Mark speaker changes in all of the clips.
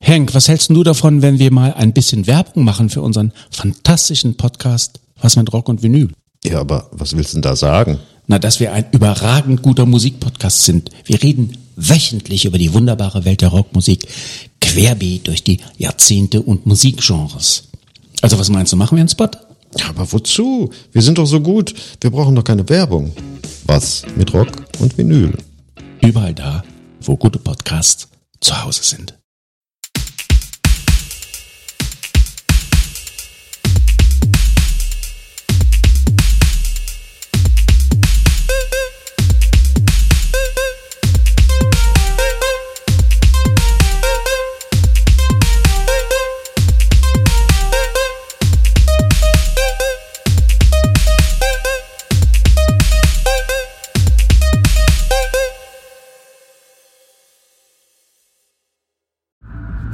Speaker 1: Henk, was hältst du davon, wenn wir mal ein bisschen Werbung machen für unseren fantastischen Podcast Was mit Rock und Vinyl?
Speaker 2: Ja, aber was willst du denn da sagen?
Speaker 1: Na, dass wir ein überragend guter Musikpodcast sind. Wir reden wöchentlich über die wunderbare Welt der Rockmusik, querbeet durch die Jahrzehnte und Musikgenres. Also was meinst du, machen wir einen Spot?
Speaker 2: Ja, aber wozu? Wir sind doch so gut. Wir brauchen doch keine Werbung. Was mit Rock und Vinyl?
Speaker 1: Überall da, wo gute Podcasts zu Hause sind.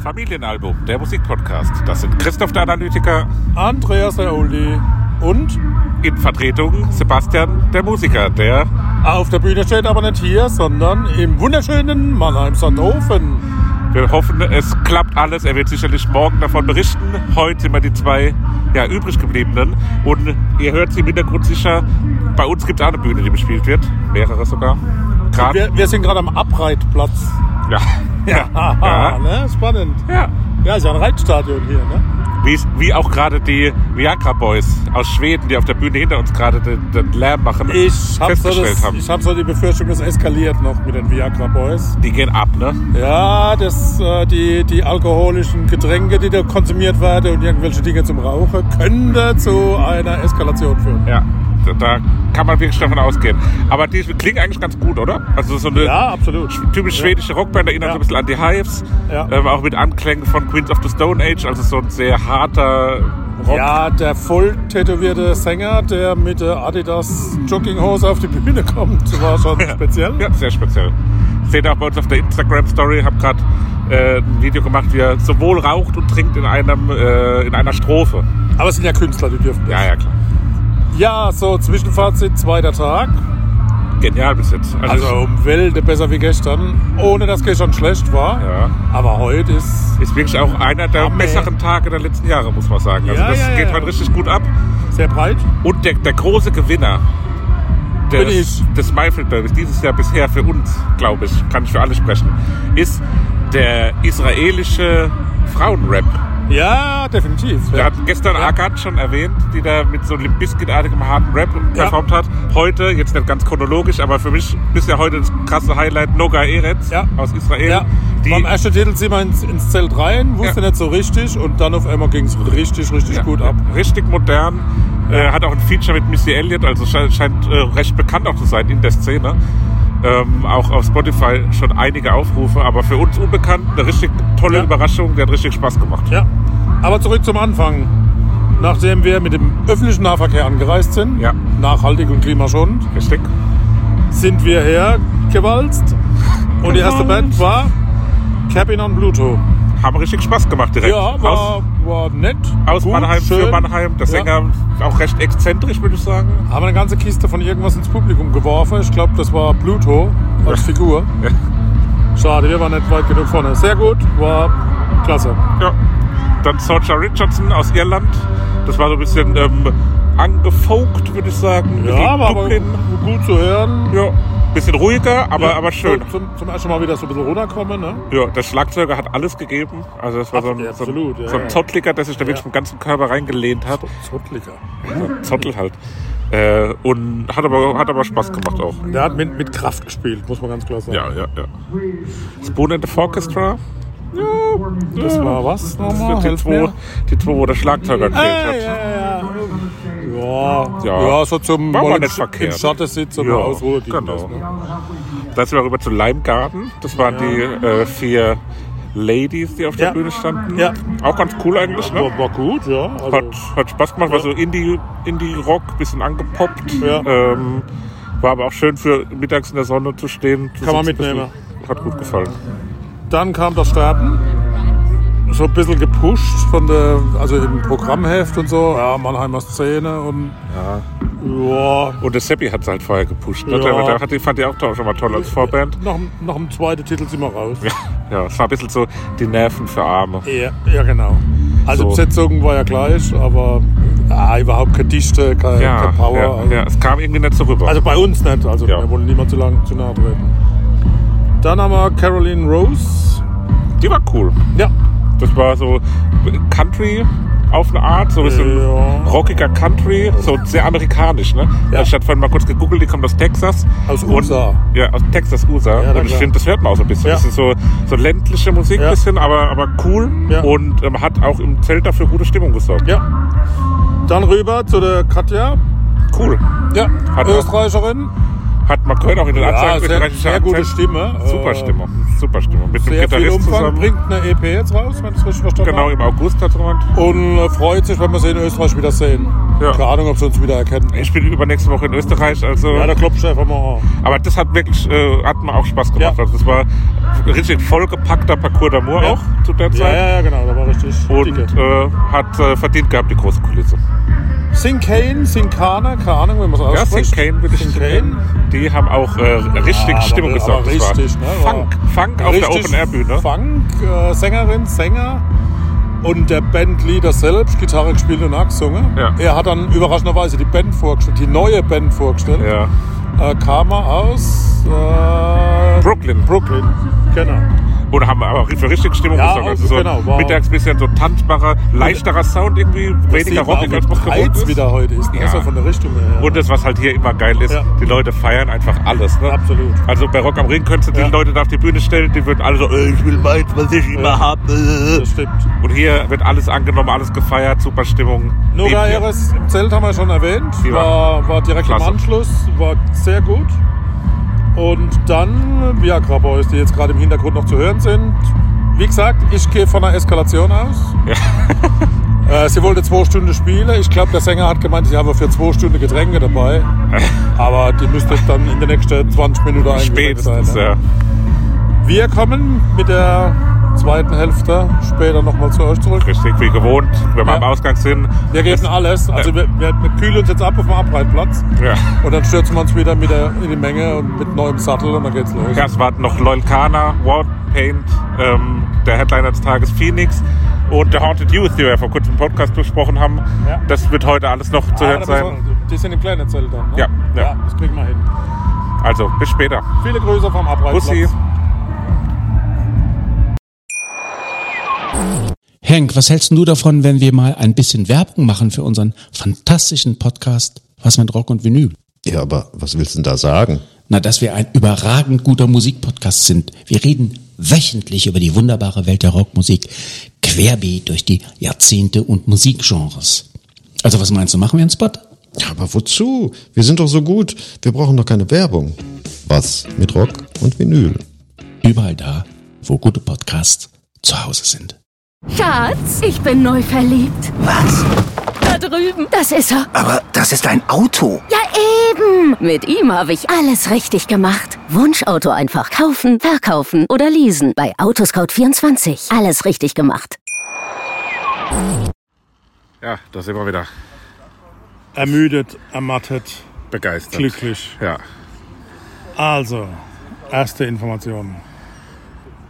Speaker 3: Familienalbum, der Musikpodcast. Das sind Christoph der Analytiker
Speaker 4: Andreas der Uli und
Speaker 3: in Vertretung Sebastian der Musiker, der
Speaker 4: auf der Bühne steht aber nicht hier, sondern im wunderschönen Mannheim-Sandhofen.
Speaker 3: wir hoffen, es klappt alles. Er wird sicherlich morgen davon berichten. Heute sind wir die zwei ja, übrig gebliebenen. Und ihr hört sie im Hintergrund sicher. Bei uns gibt es auch eine Bühne, die bespielt wird. Mehrere sogar. Gerade.
Speaker 4: Wir, wir sind gerade am Abreitplatz.
Speaker 3: Ja. Ja.
Speaker 4: Haha,
Speaker 3: ja.
Speaker 4: ne? Spannend.
Speaker 3: ja.
Speaker 4: Ja, ist ja ein Reitstadion hier, ne?
Speaker 3: Wie, wie auch gerade die Viagra Boys aus Schweden, die auf der Bühne hinter uns gerade den, den Lärm machen,
Speaker 4: Ich hab, so
Speaker 3: festgestellt
Speaker 4: das,
Speaker 3: haben.
Speaker 4: ich hab so die Befürchtung, es eskaliert noch mit den Viagra Boys.
Speaker 3: Die gehen ab, ne?
Speaker 4: Ja, das, äh, die, die alkoholischen Getränke, die da konsumiert werden und irgendwelche Dinge zum Rauchen, könnte zu einer Eskalation führen.
Speaker 3: Ja, da- da kann man wirklich davon ausgehen. Aber die klingt eigentlich ganz gut, oder? Also so eine
Speaker 4: Ja, absolut.
Speaker 3: typisch schwedische Rockband erinnert
Speaker 4: Ja.
Speaker 3: so ein bisschen an die Hives.
Speaker 4: Ja.
Speaker 3: Ähm, auch mit Anklängen von Queens of the Stone Age, also so ein sehr harter Rock.
Speaker 4: Ja, der voll tätowierte Sänger, der mit der Adidas Jogginghose auf die Bühne kommt, war schon speziell.
Speaker 3: Ja, sehr speziell. Seht ihr auch bei uns auf der Instagram-Story, hab gerade äh, ein Video gemacht, wie er sowohl raucht und trinkt in, einem, äh, in einer Strophe.
Speaker 4: Aber es sind ja Künstler, die dürfen.
Speaker 3: Ja, ja, klar.
Speaker 4: Ja, so Zwischenfazit, zweiter Tag.
Speaker 3: Genial bis jetzt.
Speaker 4: Also um Welt besser wie gestern, ohne dass gestern schlecht war.
Speaker 3: Ja.
Speaker 4: Aber heute ist
Speaker 3: ist wirklich auch einer der
Speaker 4: Amen.
Speaker 3: besseren Tage der letzten Jahre, muss man sagen. Also
Speaker 4: Ja,
Speaker 3: das
Speaker 4: ja, ja.
Speaker 3: geht heute richtig gut ab.
Speaker 4: sehr breit.
Speaker 3: Und der, der große Gewinner
Speaker 4: Bin
Speaker 3: des,
Speaker 4: ich.
Speaker 3: des Maifeld Derbys dieses Jahr bisher für uns, glaube ich, kann ich für alle sprechen, ist der israelische Frauenrap.
Speaker 4: Ja, definitiv.
Speaker 3: Wir hatten gestern Agat schon erwähnt, die da mit so einem Biscuit-artigem harten Rap
Speaker 4: Ja.
Speaker 3: performt hat. Heute, jetzt nicht ganz chronologisch, aber für mich bisher heute das krasse Highlight Noga Eretz
Speaker 4: Ja.
Speaker 3: aus Israel.
Speaker 4: Ja.
Speaker 3: Die,
Speaker 4: Beim ersten Titel sind wir ins, ins Zelt rein, wusste
Speaker 3: Ja.
Speaker 4: nicht so richtig und dann auf einmal ging es richtig, richtig
Speaker 3: Ja,
Speaker 4: gut ab.
Speaker 3: Richtig modern. Äh, hat auch ein Feature mit Missy Elliott, also sche scheint äh, recht bekannt auch zu sein in der Szene. Ähm, auch auf Spotify schon einige Aufrufe, aber für uns unbekannt, eine richtig tolle
Speaker 4: Ja.
Speaker 3: Überraschung, der hat richtig Spaß gemacht.
Speaker 4: Ja. Aber zurück zum Anfang. Nachdem wir mit dem öffentlichen Nahverkehr angereist sind,
Speaker 3: Ja.
Speaker 4: nachhaltig und klimaschonend,
Speaker 3: Richtig?
Speaker 4: sind wir hergewalzt. Und die erste Band war Cabin on Bluetooth.
Speaker 3: Haben richtig Spaß gemacht direkt.
Speaker 4: Ja,
Speaker 3: aus
Speaker 4: war, war nett.
Speaker 3: aus
Speaker 4: gut,
Speaker 3: Mannheim für
Speaker 4: schön.
Speaker 3: Mannheim. Der
Speaker 4: Ja.
Speaker 3: Sänger auch recht exzentrisch, würde ich sagen.
Speaker 4: Haben eine ganze Kiste von irgendwas ins Publikum geworfen. Ich glaube, das war Pluto als Figur.
Speaker 3: Ja.
Speaker 4: Schade, wir waren nicht weit genug vorne. Sehr gut, war klasse.
Speaker 3: Ja. Dann Sorja Richardson aus Irland. Das war so ein bisschen ähm, angefolgt, würde ich sagen.
Speaker 4: Ja,
Speaker 3: Bisschen
Speaker 4: aber, aber
Speaker 3: Dublin.
Speaker 4: gut zu hören.
Speaker 3: Ja, bisschen ruhiger, aber,
Speaker 4: Ja,
Speaker 3: aber schön.
Speaker 4: so Zum, zum ersten Mal wieder so ein bisschen runterkommen. Ne?
Speaker 3: Ja, der Schlagzeuger hat alles gegeben. Also das war so ein,
Speaker 4: Absolut,
Speaker 3: so ein,
Speaker 4: ja,
Speaker 3: so ein
Speaker 4: ja.
Speaker 3: Zottliger, der sich da wirklich
Speaker 4: Ja.
Speaker 3: vom ganzen Körper reingelehnt hat.
Speaker 4: Zottliger.
Speaker 3: Zottel halt. Äh, und hat aber, hat aber Spaß gemacht auch.
Speaker 4: Der hat mit, mit Kraft gespielt, muss man ganz klar sagen.
Speaker 3: Ja, ja, ja. Spoon and the Orchestra.
Speaker 4: Das war was nochmal?
Speaker 3: Das sind die
Speaker 4: Helft
Speaker 3: zwei,
Speaker 4: mir.
Speaker 3: die zwei, wo der Schlagzeuger gespielt
Speaker 4: Ah,
Speaker 3: hat.
Speaker 4: ja, ja, ja.
Speaker 3: Ja.
Speaker 4: Ja, so zum
Speaker 3: War mal
Speaker 4: mal
Speaker 3: nicht
Speaker 4: im-
Speaker 3: verkehrt.
Speaker 4: im Schatten sitzen und
Speaker 3: Ja,
Speaker 4: mal Ausruhe geben
Speaker 3: genau.
Speaker 4: lassen, ne?
Speaker 3: Dann sind wir rüber zu Limegarden. Das waren die äh, vier Ladies, die auf der
Speaker 4: Ja.
Speaker 3: Bühne standen.
Speaker 4: Ja.
Speaker 3: Auch ganz cool eigentlich, ne?
Speaker 4: War, war gut, ja. Also,
Speaker 3: Hat, hat Spaß gemacht, war so Indie- Indie-Rock, bisschen angepoppt.
Speaker 4: Ja.
Speaker 3: Ähm, war aber auch schön für mittags in der Sonne zu stehen. zu
Speaker 4: Kann man
Speaker 3: sitzen,
Speaker 4: mitnehmen.
Speaker 3: bisschen- Hat gut gefallen.
Speaker 4: Dann kam das Starten. So ein bisschen gepusht von der, also im Programmheft und so, ja, Mannheimer Szene und Ja,
Speaker 3: Und das Seppi hat es halt vorher gepusht. Ne?
Speaker 4: Ja.
Speaker 3: Da, da hat die, fand die auch schon mal toll als Vorband.
Speaker 4: nach, nach dem zweiten Titel sind wir raus.
Speaker 3: Ja, ja, es war ein bisschen so die Nerven für Arme.
Speaker 4: Ja, ja genau. Also
Speaker 3: So.
Speaker 4: Besetzung war ja gleich, aber ah, überhaupt keine Dichte, keine,
Speaker 3: Ja,
Speaker 4: keine Power.
Speaker 3: ja,
Speaker 4: also,
Speaker 3: ja, es kam irgendwie nicht so rüber.
Speaker 4: also bei uns nicht, also
Speaker 3: Ja.
Speaker 4: wir wollen niemand zu lang zu nahe treten. Dann haben wir Caroline Rose.
Speaker 3: die war cool.
Speaker 4: Ja,
Speaker 3: Das war so Country auf eine Art, so ein bisschen
Speaker 4: Ja.
Speaker 3: rockiger Country, so sehr amerikanisch. Ne?
Speaker 4: Ja.
Speaker 3: Also ich hatte vorhin mal kurz gegoogelt, die kommt aus Texas.
Speaker 4: Aus
Speaker 3: Und-
Speaker 4: USA.
Speaker 3: Ja, aus Texas, USA.
Speaker 4: Ja, na
Speaker 3: und ich
Speaker 4: klar.
Speaker 3: finde, das hört man auch so ein bisschen.
Speaker 4: Ja.
Speaker 3: Das ist so, so ländliche Musik ein
Speaker 4: Ja.
Speaker 3: bisschen, aber, aber cool.
Speaker 4: Ja.
Speaker 3: Und ähm, hat auch im Zelt dafür gute Stimmung gesorgt.
Speaker 4: ja. Dann rüber zu der Katja.
Speaker 3: Cool.
Speaker 4: Ja,
Speaker 3: Hat er-
Speaker 4: Österreicherin.
Speaker 3: Hat man gehört auch in den
Speaker 4: Ja,
Speaker 3: Anzeigen.
Speaker 4: sehr,
Speaker 3: österreichischer
Speaker 4: sehr gute
Speaker 3: Akzent.
Speaker 4: Stimme.
Speaker 3: Super
Speaker 4: Äh,
Speaker 3: Stimmung. Super Stimmung. Mit dem
Speaker 4: Sehr viel
Speaker 3: Gitarrist
Speaker 4: Umfang,
Speaker 3: zusammen.
Speaker 4: bringt eine EP jetzt raus, wenn ich es richtig verstanden
Speaker 3: Genau,
Speaker 4: habe.
Speaker 3: im August hat jemand.
Speaker 4: Und äh, freut sich, wenn wir sie in Österreich wieder sehen.
Speaker 3: Ja.
Speaker 4: Keine Ahnung, ob sie uns wieder erkennen.
Speaker 3: Ich bin übernächste Woche in Österreich, also.
Speaker 4: Ja, da klopft einfach mal an.
Speaker 3: Aber das hat wirklich, äh, hat mir auch Spaß gemacht.
Speaker 4: Ja.
Speaker 3: Also das war richtig vollgepackter Parcours d'Amour
Speaker 4: Ja.
Speaker 3: auch zu der
Speaker 4: Ja,
Speaker 3: Zeit.
Speaker 4: ja, ja, genau, da war richtig.
Speaker 3: Und äh, hat äh, verdient gehabt die große Kulisse.
Speaker 4: Sinkane, Sinkana, keine Ahnung, wie man es
Speaker 3: äh, Ja,
Speaker 4: ausspricht.
Speaker 3: St. Kane würde ich
Speaker 4: Sinkane.
Speaker 3: nennen. Die haben auch äh, richtig
Speaker 4: Ja, aber-
Speaker 3: Stimmung gesorgt.
Speaker 4: Ah, aber
Speaker 3: Das war
Speaker 4: richtig, ne?
Speaker 3: Funk, Funk auf der
Speaker 4: Richtig
Speaker 3: Open-Air-Bühne.
Speaker 4: Funk, äh, Sängerin, Sänger und der Bandleader selbst, Gitarre gespielt und auch gesungen.
Speaker 3: Ja.
Speaker 4: Er hat dann überraschenderweise die Band vorgestellt, die neue Band vorgestellt.
Speaker 3: Ja.
Speaker 4: Äh, kam er aus äh,
Speaker 3: Brooklyn.
Speaker 4: Brooklin, genau.
Speaker 3: Und haben aber für richtig Stimmung
Speaker 4: Ja,
Speaker 3: gesorgt. Also so
Speaker 4: genau, war-
Speaker 3: mittags ein bisschen so tanzbarer, leichterer Sound irgendwie, weniger
Speaker 4: Sieht man auch,
Speaker 3: rockig
Speaker 4: wie
Speaker 3: als man gewohnt
Speaker 4: breit
Speaker 3: ist.
Speaker 4: wieder heute ist, ne?
Speaker 3: Ja.
Speaker 4: also von der Richtung her. ja.
Speaker 3: Und das, was halt hier immer geil ist,
Speaker 4: Ja.
Speaker 3: die Leute feiern einfach alles. Ne?
Speaker 4: Absolut.
Speaker 3: Also bei Rock am Ring könntest du die
Speaker 4: Ja.
Speaker 3: Leute da auf die Bühne stellen, die würden alle so, "Äh, ich will meins, was ich immer habe.
Speaker 4: Das stimmt.
Speaker 3: Und hier wird alles angenommen, alles gefeiert, super Stimmung.
Speaker 4: Nora
Speaker 3: Liebt ihr.
Speaker 4: Eres im Zelt haben wir schon erwähnt.
Speaker 3: Die war-
Speaker 4: War, war direkt
Speaker 3: klasse.
Speaker 4: im Anschluss, war sehr gut. Und dann Viagra Boys, die jetzt gerade im Hintergrund noch zu hören sind. Wie gesagt, ich gehe von einer Eskalation aus. Äh, sie wollte zwei Stunden spielen. Ich glaube, der Sänger hat gemeint, sie habe für zwei Stunden Getränke dabei. Aber die müsste dann in den nächsten 20 Minuten eingeschränkt sein.
Speaker 3: Spätestens,
Speaker 4: ne?
Speaker 3: ja.
Speaker 4: Wir kommen mit der zweiten Hälfte später nochmal zu euch zurück.
Speaker 3: äh, Richtig, wie gewohnt, wenn wir
Speaker 4: Ja.
Speaker 3: am Ausgang sind.
Speaker 4: Wir geben alles. Also wir, wir, wir kühlen uns jetzt ab auf dem Abreitplatz.
Speaker 3: Ja.
Speaker 4: Und dann stürzen wir uns wieder mit der, in die Menge und mit neuem Sattel und dann geht's los.
Speaker 3: Ja, es warten noch Lolkana, Warpaint, ähm, der Headliner des Tages Phoenix und The Haunted Youth, die wir ja vor kurzem im Podcast besprochen haben.
Speaker 4: Ja.
Speaker 3: Das wird heute alles noch zu
Speaker 4: Ah,
Speaker 3: hören
Speaker 4: da
Speaker 3: sein.
Speaker 4: müssen wir- die sind im kleinen Zelt dann, ne?
Speaker 3: Ja, ja.
Speaker 4: Das kriegen wir hin.
Speaker 3: Also, bis später.
Speaker 4: Viele Grüße vom Abreitplatz.
Speaker 3: Bussi.
Speaker 1: Henk, was hältst denn du davon, wenn wir mal ein bisschen Werbung machen für unseren fantastischen Podcast Was mit Rock und Vinyl?
Speaker 2: Ja, aber was willst du denn da sagen?
Speaker 1: Na, dass wir ein überragend guter Musikpodcast sind. Wir reden wöchentlich über die wunderbare Welt der Rockmusik, querbeet durch die Jahrzehnte und Musikgenres. Also was meinst du, machen wir einen Spot?
Speaker 2: Ja, aber wozu? Wir sind doch so gut. Wir brauchen doch keine Werbung. Was mit Rock und Vinyl.
Speaker 1: Überall da, wo gute Podcasts zu Hause sind.
Speaker 5: Schatz, ich bin neu verliebt.
Speaker 6: Was?
Speaker 5: Da drüben. Das ist er.
Speaker 6: Aber das ist ein Auto.
Speaker 5: Ja, eben. Mit ihm habe ich alles richtig gemacht. Wunschauto einfach kaufen, verkaufen oder leasen. Bei Autoscout24. Alles richtig gemacht.
Speaker 3: Ja, Ah, da sind wir wieder.
Speaker 4: Ermüdet, ermattet,
Speaker 3: Begeistert.
Speaker 4: glücklich.
Speaker 3: Ja.
Speaker 4: Also, erste Information.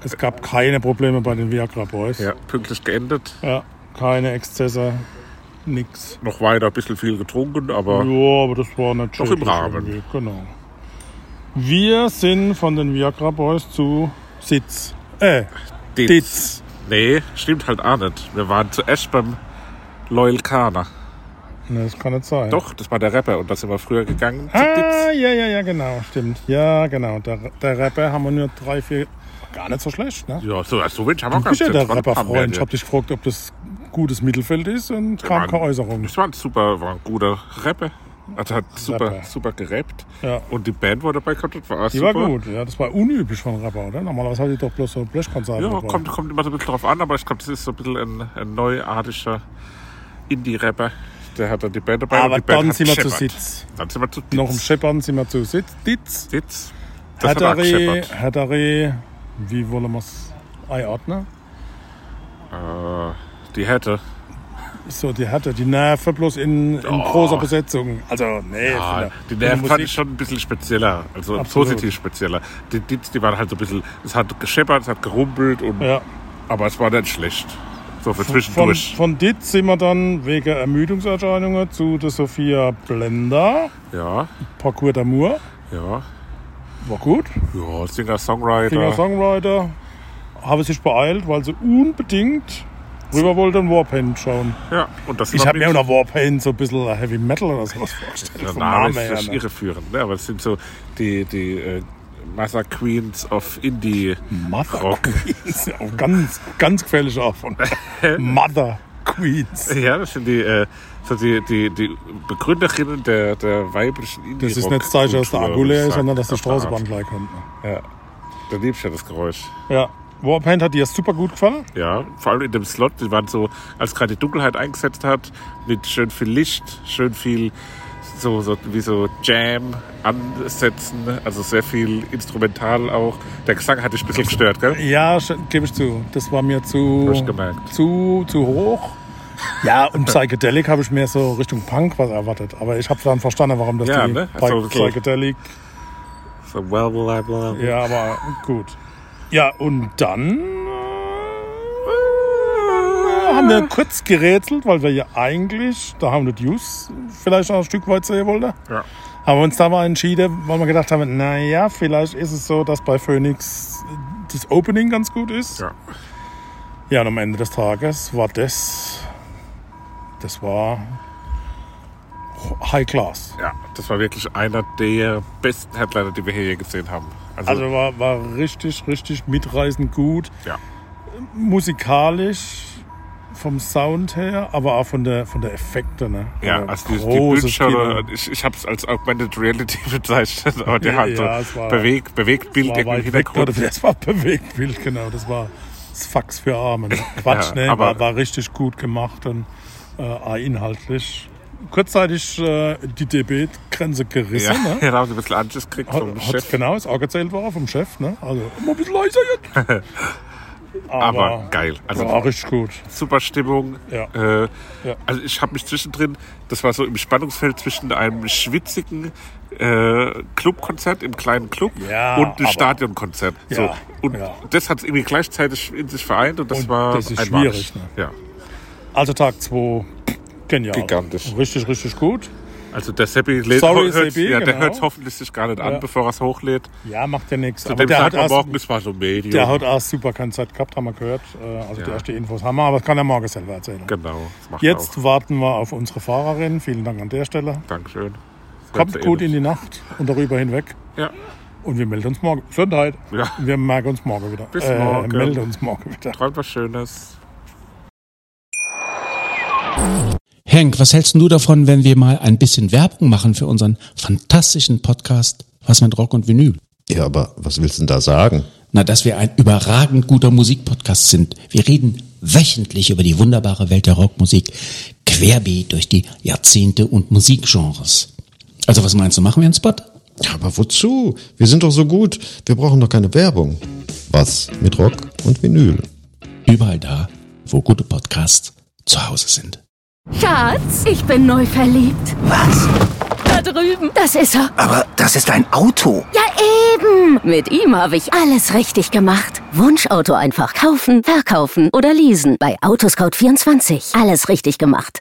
Speaker 4: Es gab keine Probleme bei den Viagra Boys.
Speaker 3: ja, pünktlich geendet.
Speaker 4: Ja, keine Exzesse, nix.
Speaker 3: Noch weiter ein bisschen viel getrunken, aber
Speaker 4: Ja, aber das war nicht
Speaker 3: Doch im
Speaker 4: schädlich
Speaker 3: Rahmen.
Speaker 4: irgendwie, Genau. Wir sind von den Viagra Boys zu Sitz. Äh,
Speaker 3: Ditz.
Speaker 4: Ditz.
Speaker 3: Nee, stimmt halt auch nicht. Wir waren zuerst beim Loyal Kana.
Speaker 4: Ne, das kann nicht sein.
Speaker 3: Doch, das war der Rapper und da sind wir früher gegangen zu Ditz.
Speaker 4: Ah, ja, ja, ja, genau, stimmt. Ja, genau. Der, der Rapper haben wir nur drei, vier. Gar nicht so schlecht, ne?
Speaker 3: Ja, so, so wenig haben wir
Speaker 4: Du
Speaker 3: gar
Speaker 4: bist ja
Speaker 3: nicht.
Speaker 4: der
Speaker 3: Das waren ein paar mehr,
Speaker 4: Rapperfreund.
Speaker 3: die-
Speaker 4: Ich hab dich gefragt, ob das gutes Mittelfeld ist und
Speaker 3: waren-
Speaker 4: kam keine Äußerung.
Speaker 3: Das war ein super, war ein guter Rapper. Also hat super,
Speaker 4: Rapper.
Speaker 3: super gerappt.
Speaker 4: Ja.
Speaker 3: Und die Band, wo dabei kommt, war auch
Speaker 4: Die
Speaker 3: super.
Speaker 4: war gut, ja. Das war unüblich von Rapper, oder? Normalerweise hat die doch bloß so Blechkonzerte.
Speaker 3: Ja,
Speaker 4: dabei.
Speaker 3: kommt, kommt immer so ein bisschen drauf an, aber ich glaube, das ist so ein bisschen ein, ein neuartiger Indie-Rapper. Der hat dann die Band dabei.
Speaker 4: Aber
Speaker 3: und die Band
Speaker 4: dann
Speaker 3: hat
Speaker 4: sind wir zu
Speaker 3: gescheppert.
Speaker 4: Sitz.
Speaker 3: Dann sind wir zu Ditz.
Speaker 4: Noch im Scheppern sind wir zu Sitz. Ditz.
Speaker 3: Sitz. Das hat er
Speaker 4: Hattari,
Speaker 3: gescheppert.
Speaker 4: Hattari, wie wollen wir es einordnen?
Speaker 3: Äh, Die hätte.
Speaker 4: ist so die Härte, die Nerven bloß in, in großer Besetzung. Also, nee, von
Speaker 3: Oh. Ja,
Speaker 4: der-
Speaker 3: Ah, die
Speaker 4: von der
Speaker 3: Nerven fand
Speaker 4: Musik-
Speaker 3: ich schon ein bisschen spezieller, also
Speaker 4: Absolut.
Speaker 3: positiv spezieller. Die Dids, die waren halt so ein bisschen, es hat gescheppert, es hat gerumpelt, und,
Speaker 4: Ja.
Speaker 3: aber es war nicht schlecht. So für
Speaker 4: Von,
Speaker 3: zwischendurch.
Speaker 4: von dit sind wir dann wegen Ermüdungserscheinungen zu der Sophia Blender.
Speaker 3: ja,
Speaker 4: Parcours d'Amour.
Speaker 3: ja,
Speaker 4: War gut.
Speaker 3: ja, Singer-Songwriter.
Speaker 4: Singer-Songwriter. Haben sich beeilt, weil sie unbedingt rüber wollte und Warpaint schauen.
Speaker 3: ja, und das
Speaker 4: Ich
Speaker 3: war
Speaker 4: habe mir
Speaker 3: mit-
Speaker 4: unter Warpaint so ein bisschen Heavy Metal oder sowas vorgestellt.
Speaker 3: Der
Speaker 4: vom
Speaker 3: Name ist
Speaker 4: her,
Speaker 3: das
Speaker 4: ne?
Speaker 3: irreführend, ne? aber es sind so die, die äh, Mother Queens of Indie
Speaker 4: Mother
Speaker 3: Rock.
Speaker 4: Queens. Ja, auch ganz, ganz gefährlich auch von Mother Queens.
Speaker 3: Ja, das sind die, äh, so die, die, die Begründerinnen der, der weiblichen Indie
Speaker 4: Das ist nicht das Zeichen, dass der Akku leer ist, sondern dass der Straßenbahn gleich kommt.
Speaker 3: Da liebst du ja das Geräusch.
Speaker 4: Ja. Warpaint hat dir super gut gefallen.
Speaker 3: Ja, vor allem in dem Slot, die waren so, als gerade die Dunkelheit eingesetzt hat, mit schön viel Licht, schön viel so, so wie so Jam ansetzen, also sehr viel instrumental auch. Der Gesang hat dich ein bisschen gestört, gell?
Speaker 4: Ja, gebe ich zu. Das war mir zu,
Speaker 3: Hab ich gemerkt.
Speaker 4: zu, zu hoch. Ja, und Psychedelic habe ich mehr so Richtung Punk was erwartet. Aber ich habe dann verstanden, warum das
Speaker 3: Ja,
Speaker 4: die
Speaker 3: ne?
Speaker 4: Psy-
Speaker 3: Also, so-
Speaker 4: Psychedelic.
Speaker 3: So well, blah, blah, blah.
Speaker 4: Ja, aber gut. Ja, und dann äh, haben wir kurz gerätselt, weil wir ja eigentlich, da haben wir die News vielleicht noch ein Stück weit sehen wollten.
Speaker 3: Ja.
Speaker 4: Haben wir uns da mal entschieden, weil wir gedacht haben, naja, vielleicht ist es so, dass bei Phoenix das Opening ganz gut ist.
Speaker 3: Ja.
Speaker 4: Ja, und am Ende des Tages war das, das war High Class.
Speaker 3: ja, das war wirklich einer der besten Headliner, die wir hier je gesehen haben. Also,
Speaker 4: Also war, war richtig, richtig mitreißend gut.
Speaker 3: ja,
Speaker 4: musikalisch vom Sound her, aber auch von der von der Effekte, ne?
Speaker 3: ja
Speaker 4: Äh,
Speaker 3: also die, die
Speaker 4: großes
Speaker 3: Bildschirme,
Speaker 4: Kino.
Speaker 3: ich, ich habe es als Augmented Reality bezeichnet, aber der
Speaker 4: Ja,
Speaker 3: hat so
Speaker 4: ja, es war-
Speaker 3: bewegt, bewegt Bild
Speaker 4: war
Speaker 3: irgendwie im
Speaker 4: weit weg,
Speaker 3: Hintergrund.
Speaker 4: oder? Das war Bewegtbild, genau. Das war das Fax für Arme. Ne? Quatsch,
Speaker 3: Ja,
Speaker 4: ne?
Speaker 3: aber-
Speaker 4: War, war richtig gut gemacht und äh, auch inhaltlich. Kurzzeitig äh, die DB-Grenze
Speaker 3: Ja, genau,
Speaker 4: gerissen, ne?
Speaker 3: ja, da haben sie ein bisschen Anschiss gekriegt vom
Speaker 4: Hat, hat,
Speaker 3: Chef.
Speaker 4: genau, ist auch gezählt worden vom Chef, ne? Also, immer ein bisschen leiser jetzt.
Speaker 3: Aber geil. Also-
Speaker 4: Also, war richtig gut.
Speaker 3: Super Stimmung.
Speaker 4: Ja.
Speaker 3: Äh,
Speaker 4: Ja.
Speaker 3: Also ich habe mich zwischendrin, das war so im Spannungsfeld zwischen einem schwitzigen äh, Clubkonzert im kleinen Club
Speaker 4: Ja,
Speaker 3: und einem
Speaker 4: aber-
Speaker 3: Stadionkonzert. so.
Speaker 4: Ja,
Speaker 3: Und
Speaker 4: ja.
Speaker 3: das hat es irgendwie gleichzeitig in sich vereint und das
Speaker 4: Und
Speaker 3: war
Speaker 4: das ist
Speaker 3: einmalig.
Speaker 4: schwierig, ne?
Speaker 3: Ja.
Speaker 4: Also Tag 2, genial.
Speaker 3: Gigantisch.
Speaker 4: Richtig, richtig gut.
Speaker 3: Also der Seppi lädt
Speaker 4: Sorry,
Speaker 3: hört's-
Speaker 4: Seppi,
Speaker 3: ja, der
Speaker 4: genau.
Speaker 3: hört's hoffentlich sich gar nicht an,
Speaker 4: Ja.
Speaker 3: bevor er es hochlädt.
Speaker 4: Ja, macht ja nichts.
Speaker 3: Zu
Speaker 4: Aber
Speaker 3: dem
Speaker 4: der
Speaker 3: sagt
Speaker 4: hat,
Speaker 3: man
Speaker 4: erst,
Speaker 3: morgen, es war so Medium.
Speaker 4: der hat erst super Konzert gehabt, haben wir gehört. Äh, Also
Speaker 3: Ja.
Speaker 4: die ersten Infos haben wir, aber das kann er morgen selber erzählen.
Speaker 3: genau, das macht er
Speaker 4: Jetzt warten wir auf unsere Fahrerin. Vielen Dank an der Stelle.
Speaker 3: auch. Dankeschön. Das
Speaker 4: Kommt
Speaker 3: hört
Speaker 4: gut
Speaker 3: sich
Speaker 4: in die Nacht und darüber hinweg.
Speaker 3: Ja.
Speaker 4: Und wir melden uns morgen. Gesundheit.
Speaker 3: Ja.
Speaker 4: Wir merken uns morgen wieder. Äh,
Speaker 3: Bis morgen.
Speaker 4: melden uns morgen wieder.
Speaker 3: Träumt was Schönes.
Speaker 1: Henk, was hältst du davon, wenn wir mal ein bisschen Werbung machen für unseren fantastischen Podcast Was mit Rock und Vinyl?
Speaker 2: Ja, aber was willst du denn da sagen?
Speaker 1: Na, dass wir ein überragend guter Musikpodcast sind. Wir reden wöchentlich über die wunderbare Welt der Rockmusik, querbeet durch die Jahrzehnte und Musikgenres. Also was meinst du, machen wir einen Spot?
Speaker 2: Ja, aber wozu? Wir sind doch so gut. Wir brauchen doch keine Werbung. Was mit Rock und Vinyl?
Speaker 1: Überall da, wo gute Podcasts zu Hause sind.
Speaker 5: Schatz, ich bin neu verliebt.
Speaker 6: Was?
Speaker 5: Da drüben. Das ist er.
Speaker 6: Aber das ist ein Auto.
Speaker 5: Ja, eben. Mit ihm habe ich alles richtig gemacht. Wunschauto einfach kaufen, verkaufen oder leasen. Bei Autoscout24. Alles richtig gemacht.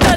Speaker 5: Da